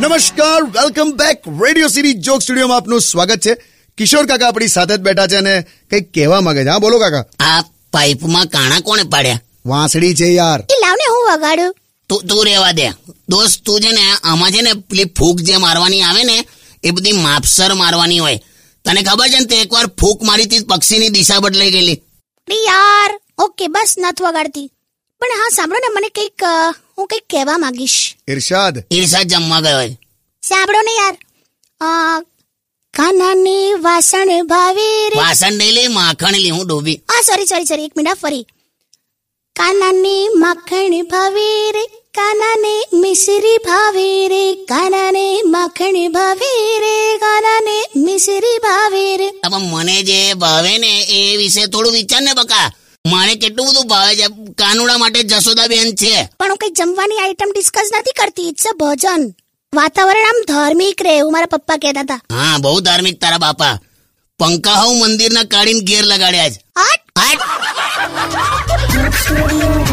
નમસ્કાર welcome back Radio City joke સ્ટુડિયોમાં આપનું સ્વાગત છે કિશોર કાકા આપણી સાથે જ બેઠા છે અને કંઈક કહેવા માંગે છે હા બોલો કાકા આ પાઇપમાં કાણા કોણે પાડ્યા વાંસળી છે યાર એ લાવને હું વગાડું તું તું રહેવા દે દોસ્ત તું છે ને આમાં છે ને પેલી ફૂંક જે મારવાની આવે ને એ બધી માપસર મારવાની હોય તને ખબર છે ને તે એકવાર ફૂંક મારી તી પક્ષીની દિશા બદલાઈ ગયેલી અરે યાર ઓકે બસ નથી વગાડતી પણ હા સાંભળો ને મને કંઈક અ, હું કંઈક કહેવા માંગીશ ઇરશાદ ઈર્ષા જમવા ગયો હોય સાંભળો ને યાર અ, કાનાની વાસણ ભાવે રે વાસણ નહીં લે માખણ લે હું ડોબી આ સોરી સોરી સોરી એક મિનિટ આ ફરી કાનાની માખણ ભાવે રે કાનાને મિસરી ભાવે રે કાનાને માખણ ભાવે રે કાનાને મિસરી ભાવે રે હવે મને જે ભાવે ને એ વિશે થોડું વિચાર ને બકા મને કેટલું બધું ભાવે છે કાનુડા માટે જશોદાબેન છે પણ હું કઈ જમવાની આઈટમ ડિસ્કસ નથી કરતી ઇટ્સ અ ભોજન વાતાવરણ આમ ધાર્મિક રહે એવું મારા પપ્પા કહેતા હતા હા બહુ ધાર્મિક તારા બાપા પંખા હું મંદિરના કાઢીને ઘેર લગાડ્યા છે હટ હાટ